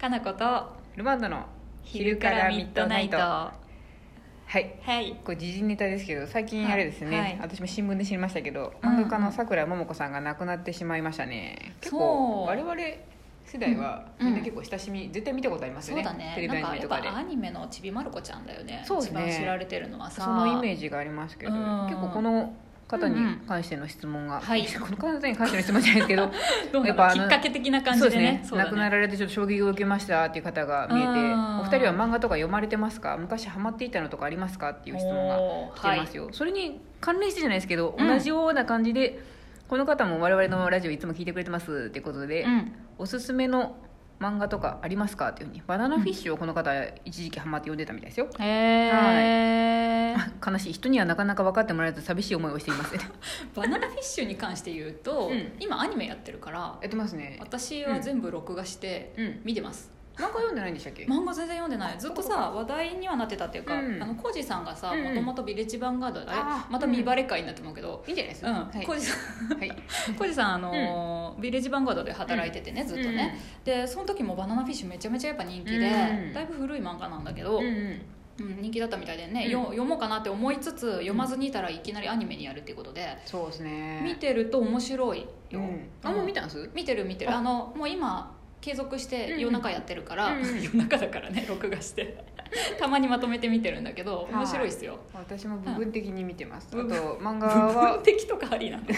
かなことルマンドの昼からミッドナイトははいいこれ時事ネタですけど最近はいあれですね、はい私も新聞で知りましたけどうん漫画家のさくらももこさんが亡くなってしまいましたね結そ構う我々世代はうんみんな結構親しみ、絶対見たことありますそようねだねテレビなんアニかメやっとかでぱアニメのちびまる子ちゃんだよねそうね一番知られてるのはさそのイメージージがありますけど、うん結構この方うんうんに関しての質問が、はい この方に関しての質問じゃないですけどどうなやっのぱあきのっかけ的な 感じでねそうですね亡くなるられてちょっと衝撃を受けましたっていう方が見えうておん二人は漫画とか読まれてますか昔ハマっていたのとかありますかっていう質問が来てますよ、それに関連してじゃないですけど、うん同じような感じでこの方も我々のラジオいつも聞いてくれてますってことで、おすすめの漫画とかありますかっていうふうにバナナフィッシュをこの方一時期ハマって読んでたみたいですよ、 へえ悲しい人にはなかなか分かってもらえず寂しい思いをしていますバナナフィッシュに関して言うとうん今アニメやってるからやってますね私は全部録画してうん見てます漫画読んでないんでしたっけ、漫画全然読んでないずっとさ話題にはなってたっていうか、うんあの浩二さんがさうんうもんともと「ヴィレッジヴァンガード」あれあーまたうん見バレ会になって思うけど、いいんじゃないですうんはい浩二さはいん 浩二さん、あのーヴィレッジヴァンガードで働いててねずっとね、でその時も「バナナフィッシュ」めちゃめちゃやっぱ人気で、うんだいぶ古い漫画なんだけうど、んううんん人気だったみたいでうんね、よ読もうかなって思いつつ読まずにいたらいきなりアニメにやるっていうことで、そうですね見てると面白いよ、うん、あもう見たんす見てる見てるああのもう今継続して夜中やってるから、うんうん夜中だからね録画して たまにまとめて見てるんだけどはい面白いですよ私も部分的に見てます、うんあと漫部画 分は的とかありなんだ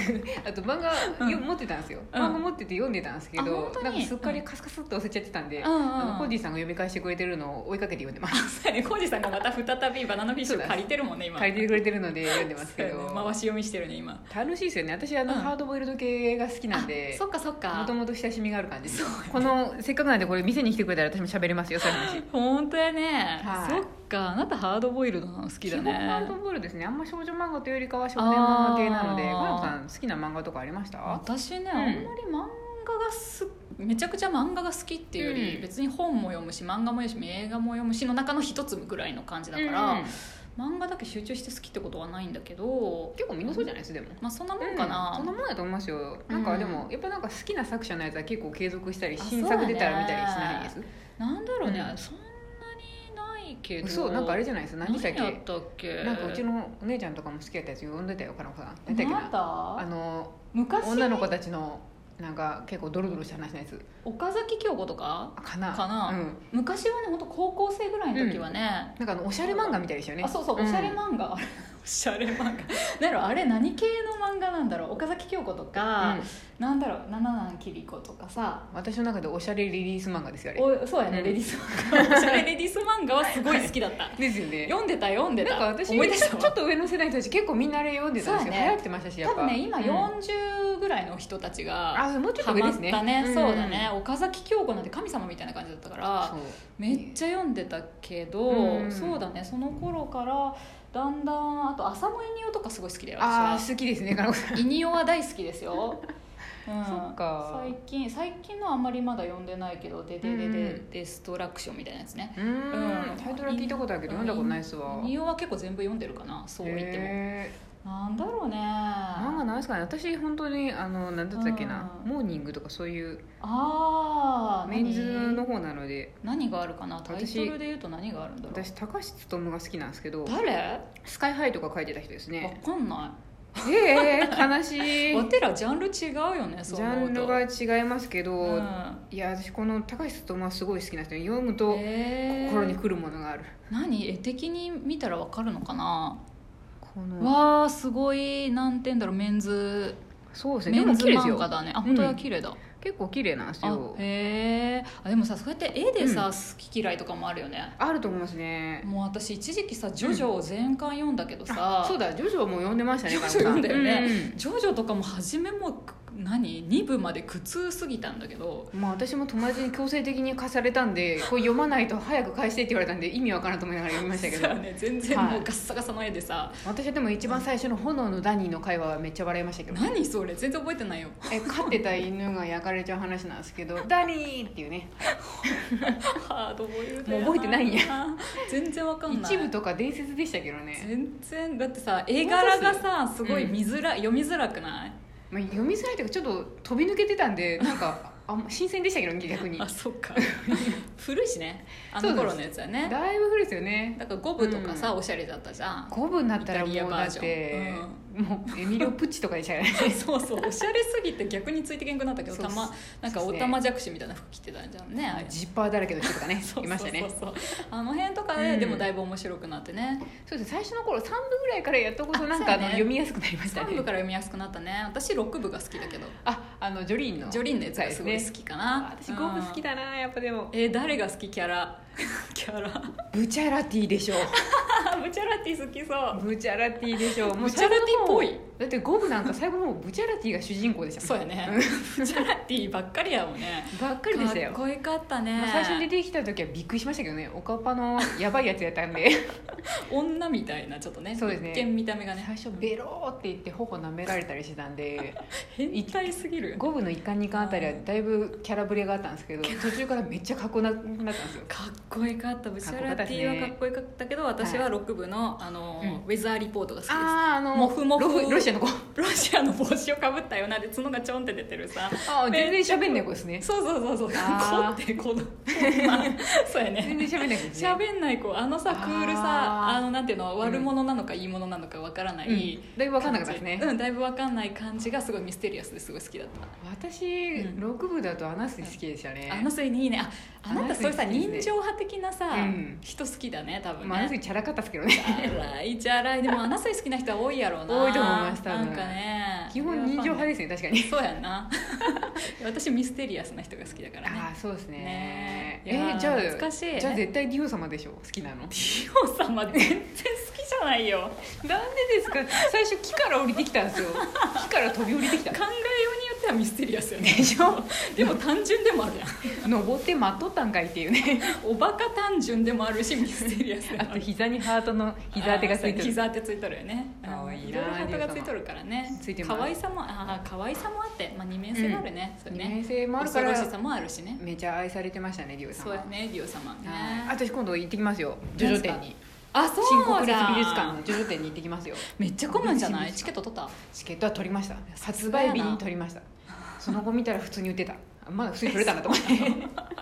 あと漫画、うんよ持ってたんですよ、うん漫画持ってて読んでたんですけあど本当になんかすっかりカスカスっと忘れちゃってたんで、うんうんあのコーディさんが読み返してくれてるのを追いかけて読んでますそうや ね浩二さんがまた再びバナナフィッシュを借りてるもんね今借りてくれてるので読んでますけど、そうやね回し読みしてるね今楽しいですよね私あの、うんハードボイルド系が好きなんあでそっかそっもかともと親しみがある感じです、そうやねこのせっかくなんでこれ店に来てくれたら私も喋れます よそういう話本当やね、はいそっかあなたハードボイルドなの好き基だ本ハーねドボールですねあんま少女漫画というよりかは少年漫画系なのであーかのこさん好きな漫画とかありました私ね、うんあんまり漫画がすめちゃくちゃ漫画が好きっていうより、うん別に本も読むし漫画も読むし映画も読むしの中の一つぐらいの感じだから、うん漫画だけ集中して好きってことはないんだけど、結構みんなそうじゃないですでもまあ、そんなもんかな、うんそんなもんだと思いますよなんかでも、やっぱなんか好きな作者のやつは結構継続したりあ新作出たら見たりしないですなんだろうね、うんそんなにないけどそうなんかあれじゃないです何でしたっ何やっけたっけなんかうちのお姉ちゃんとかも好きやったやつ読んでたよかなこさん何だっけなんなあだの昔女の子たちのなんか結構ドロドロした話のやつ岡崎京子とかあかなかなうん、昔はね本当高校生ぐらいの時はね、なんかあのおしゃれ漫画みたいでしたよねあそうそうおしゃれ漫画、あ れおしゃれ漫画なんだろうあれ何系の漫画なんだろう岡崎京子と画、か、うんなんだろう七々キリコとかさ私の中でおしゃれリリース漫画ですよあれおそうやね、うんレディース漫画おしゃれレディース漫画はすごい好きだった、ですよね読んでた読んでなたんか私思い出しちたょわちょっと上の世代の人たち結構みんなあれ読んでたんですよ、そうやね流行ってましたしや多っぱ分ね今うん40ぐらいの人たちがあもうちょっハと上マでっすねたね、んそうだね、岡崎京子なんて神様みたいな感じだったからそうめっちゃ読んでたけど、うんそうだねその頃からだんだんあと浅野いにおとかすごい好きだよ私はああ好きですねかなこさんイニオは大好きです よ。うんそっか最近最近のはあんまりまだ読んでないけど「デデデうんうデんデストラクション」みたいなやつねうーんタイトルは聞いたことあるけど読んだことないですわイニオは結構全部読んでるかなそう言っても、へなんだろうねー漫画あないですかね私本当にあの何だったっけなうんモーニングとかそういうあーメンズの何方なので何があるかなタイトルで言うと何があるんだろう私高橋勉が好きなんですけど誰スカイハイとか書いてた人ですわねかんなええ悲しい いお寺ジャンル違うよねジそうャ思うとンルが違いますけど、うんいや私この高橋勉はすごい好きなんですよ読むとえー心に来るものがある、何絵的に見たらわかるのかなこのわあすごいなんて言うんだろうメンズそうですねメでンもズ綺麗です漫よ画だねあ本当うだん綺麗だ、結構綺麗なんですあよへえあでもさそうやって絵でさ、うん好き嫌いとかもあるよねあると思いますねもう私一時期さ「ジョジョ」を全巻読んだけどさ、そうだジョジョも読んでましたねジョジョ読んだよね、うんジョジョとかも初めもう何2部まで苦痛すぎたんだけどまあ、私も友達に強制的に貸されたんでこれ読まないと早く返してって言われたんで意味わからんと思いながら読みましたけ さあどね全然はいもうガッサガサの絵でさ、私はでも一番最初の「炎のダニー」の会話はめっちゃ笑いましたけ ど何それ全然覚えて ないよえ飼ってた犬が焼かれちゃう話なんです けど「ダニー!」っていうねハードボイルドもう覚えてないん 全然わかんない一部とか伝説でしたけどね、全然だってさ絵柄がさすごい見づら、読みづらくないまあ、読みづらいというかちょっと飛び抜けてたんでなんかあんま新鮮でしたけどね逆にあそっ か古いしねあの頃のやつだねだだいぶ古いですよねから五部とかさ、おしゃれだったじゃん五分になったらもイタリアうバだーっジョンて、もうエミリオ・プッチとかでしたよねそうそうおしゃれすぎて逆についてけんくなったけどそうたっすまなんかそおうっすねたまじゃくしみたいな服着てたんじゃんねあれジッパーだらけの人とかね そうそうそうそういましたねあの辺とかで、うんでもだいぶ面白くなってねそうですね最初の頃3部ぐらいからやっとこそなんかあそうあのやね読みやすくなりました3ね部から読みやすくなったね私6部が好きだけどああのジョリーンのジョリーンのやつがすごい好きかなあ、私ゴム好きだだなやっぱでもえー誰が好きキャ ラキャラブチャラティでしょ あブチャラティ好きそうブチャラティでし ょもブチャラティっぽいだってゴムなんか最後もうブチャラティが主人公でしたもんそうやね ブチャラティばっかりやもんねばっかりでしたよかっこよかったねまあ最初に出てきた時はびっくりしましたけどねおかっぱのやばいやつやったん で女みたいなちょっとねそうですね一見見た目がね最初ベローって言って頬舐められたりしてた んで変態すぎるよね五部の一巻二巻あたりはだいぶキャラぶれがあったんですけど途中からめっちゃかっこなくなったんですよかっこよかったブチャラテかっこよかったですィねはかっこよかったけど私は6部のあの、うんウェザーリポートが好きですあああのモフモフロフロシアの子ロシアの帽子をかぶったようなで角がちょんって出てるさあ ー全然喋んない子ですねそうそうそうそうこあーうってこの まあそうや全ね然 喋んない子ですね喋んない子あのさあークールさあのなんていうのん悪者なのかいいものなのかわからない、うんだいぶ分かんなかったですね感じうんだいぶわかんない感じがすごいミステリアスですごい好きだった私、うん六部だとアナスイ好きでしたねあのせいにいいねああなたそういうさあの人いい人ですね情派的なさ、うん人好きだね多分ね、まあ、アナスイチャラかったですけどねチャラいチャラいでもアナサイ好きな人は多いやろうな多いと思います多分なんかね基本人情派ですね確かにそうやんな 私ミステリアスな人が好きだからね ああそうですねねえいやえーじゃあ懐かしいじゃあ絶対ディオ様でしょ好き なのなんでヒヨ様全然好きじゃないよですか最初木から降りてきたん ですよ木から飛び降りてき考 えたようによってはミステリアスよねでしょでも単純でもあるやん登って待っとったんかいっていうねおバカ単純でもあるしミステリアスでも あと膝にハートの膝当てがついてる膝当てついとるよね可愛いなろいろハートがついとるからねついてます可愛さもああ可愛さもあって、まあ、二面性があるね、そう二ね面性もあるか恐ろしらさもあるしねめちゃ愛されてましたねディオ様そうやねリオ様ねはい私今度行ってきますよジョジョ展にあそ新国うじ立ゃん美術館のジョジョ展に行ってきますよめっちゃ混むんじゃな新い聞チケット取ったチケットは取りましたさす発がや売な日に取りましたその後見たら普通に売ってたあまだ普通に取れたなと思って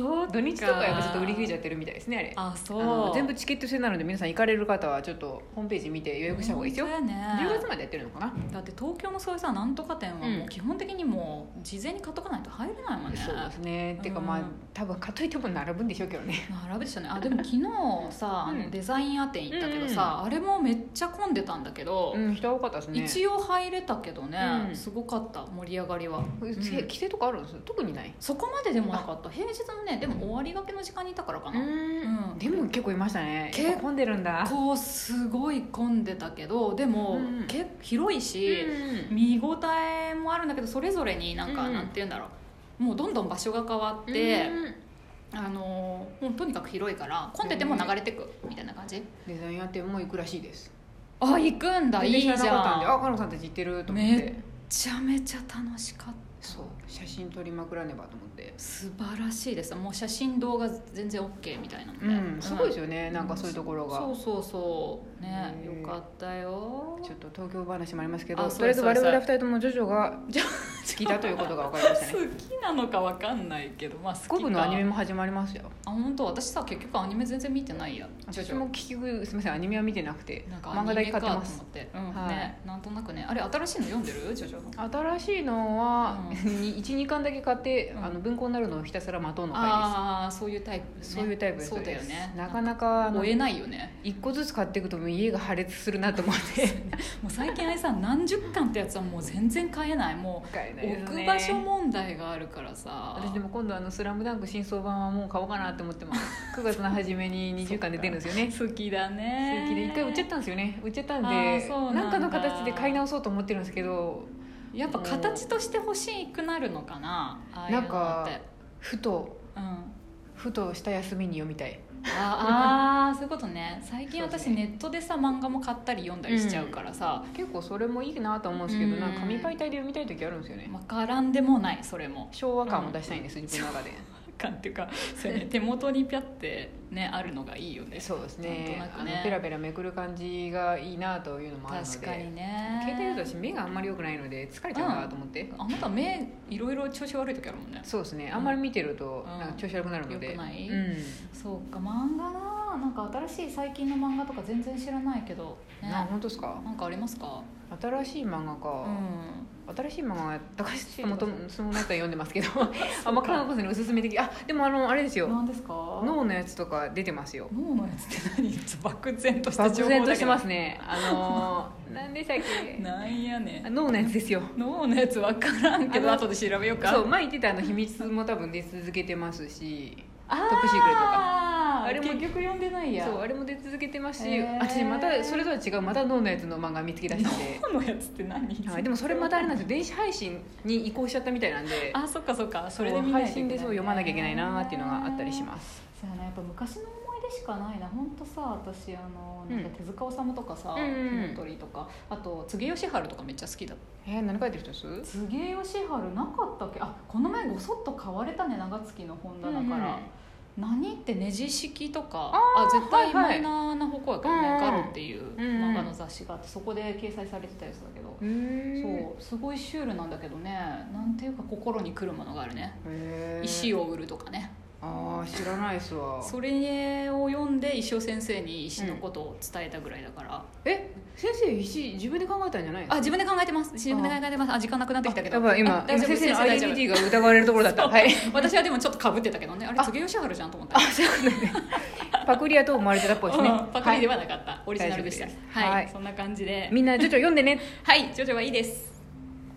そう土日とかやっぱちょっと売り切れちゃってるみたいですねあれあそあのう全部チケット制なので皆さん行かれる方はちょっとホームページ見て予約した方がいいですよ本当やね10月までやってるのかなだって東京のそういうさなんとか店はもう基本的にもう事前に買っとかないと入れないもんね、そうですねてかまあうん多分買っといても並ぶんでしょうけどね並べでしたねあでも昨日さ、うんあのデザインアテン行ったけどさ、あれもめっちゃ混んでたんだけど、うん人多かったですね一応入れたけどね、うんすごかった盛り上がりは、うんせ規制とかあるんです特にないそこまででもなかった平日のねでも終わりがけの時間にいたからかな、うんでも結構いましたね結構結構混んでるんだこうすごい混んでたけどでも、うん結構広いし、うん見応えもあるんだけどそれぞれになんか、うんなんて言うんだろうもうどんどん場所が変わって、あのーもうとにかく広いから混んでても流れてくみたいな感じ、デザインやってもう行くらしいですあ行くんだいいじゃ全然知らなかったんでんあカノンさんたち行ってると思っめってちゃめちゃ楽しかったそう写真撮りまくらねばと思って素晴らしいですもう写真動画全然 OK みたいなので、うんすごいですよよねなんかそういうところがそうそうそうねねえよかったよちょっと東京話もありますけどあとりあえずそうです我々2人ともジョジョが好きだということが分かり ましたね好きなのかわかんないけどまあ好きか五部のアニメも始まりますよあ本当私さ結局アニメ全然見てないや徐私々も結局すみませんアニメは見てなくてなんかア漫ニ画だメけか買とってま思すって、うんはいね、なんとなくねあれ新しいの読んでるジョジョの新しいのはうん 12巻だけ買ってうんあの文庫になるのをひたすら待とうの回ああそういうタイプ、でね、すそういうタイプですそうだよねなかなかあの追えないよね一個ずつ買っていくともう家が破裂するなと思ってもう最近あれさ何十巻ってやつはもう全然買えないもう置く場所問題があるからさ私でも今度あの「スラムダンク新装版はもう買おうかなって思って ます9月の初めに20巻で出るんですよね好きだね好きで一回売っちゃったんですよね売っちゃったんあーでそうなんだなんかの形で買い直そうと思ってるんですけどやっぱ形として欲しくなるのかなああいうのなっんてかふとうん、ふとした休みに読みたいああーそういうことね最近そうで私すねネットでさ漫画も買ったり読んだりしちゃうからさ、結構それもいいなと思うんですけうどんなんか紙媒体で読みたい時あるんですよねまあ、絡んでもないそれも昭和感を出したいんです自分の中で感っていうかそうやね手元にピャってねあるのがいいよねそうですなねんとあなくねのペラペラめくる感じがいいなというのもあるので確かにね携帯だと私目があんまり良くないので疲れちゃうかなと思って、あなた目いろいろ調子悪い時あるもんねそうですねあんまり見てるとうんなんか調子悪くなるので、良くないうんそうか漫画ななんか新しい最近の漫画とか全然知らないけど、ね、あ本当ですかなんかありますか新しい漫画うか、ん新しい漫画は高橋もとそうその中読ん でますけどあんま佳子さんにおすすめできあでもあのあれですよ何ですか脳のやつとか出てますよ脳のやつって何ちょっと漠然とした漠情報然とだしけてどますねあ のーなんでしたっけなんやねあん脳のやつですよ脳のやつ分からんけどあの後で調べようかそう前言ってたあの秘密も多分出続けてますしあトップシークレットかあれも結局読んでないやそうあれも出続けてますし、へー私またそれとは違うまた脳のやつの漫画見つけ出して、脳のやつって何、はい、でもそれまたあれなんですよ電子配信に移行しちゃったみたいなんであそっかそっかそれでこう見ない配といけ信ないでそう読まなきゃいけないなーっていうのがあったりしすますそうやなやっぱ昔の思い出しかないな本当さ私あのなんかうん手塚治虫とかさうんうんうん火の鳥とかあと柘植義治とかめっちゃ好きだったえー、何書いてる人です柘植義治なかったっけあこの前ごそっと買われたね長月の本棚から、何ってネジ式とかあーあ絶対はいマはいイナーな方向やからね、うんうんガロっていううんうん漫画の雑誌があってそこで掲載されてたやつだけど、うんうんそうすごいシュールなんだけどねなんていうか心に来るものがあるねうへー石を売るとかねああ知らないっすわそれを読んで石尾先生に石のことを伝えたぐらいだから、え先生石自分で考えたんじゃないのあ自分で考えてます自分で考えてますあ時間なくなってきたけどやばいあ今大今丈夫先生の大丈夫 IDT が疑われるところだったはい私はでもちょっとかぶってたけどねあれあ柘植義治じゃんと思ったあそうパクリアと思われてたっぽいですね、パクリでははなかった、オリジナルでした大丈夫ですはい、はいそんな感じでいみんなちょちょ読んでねはいジョジョはいいです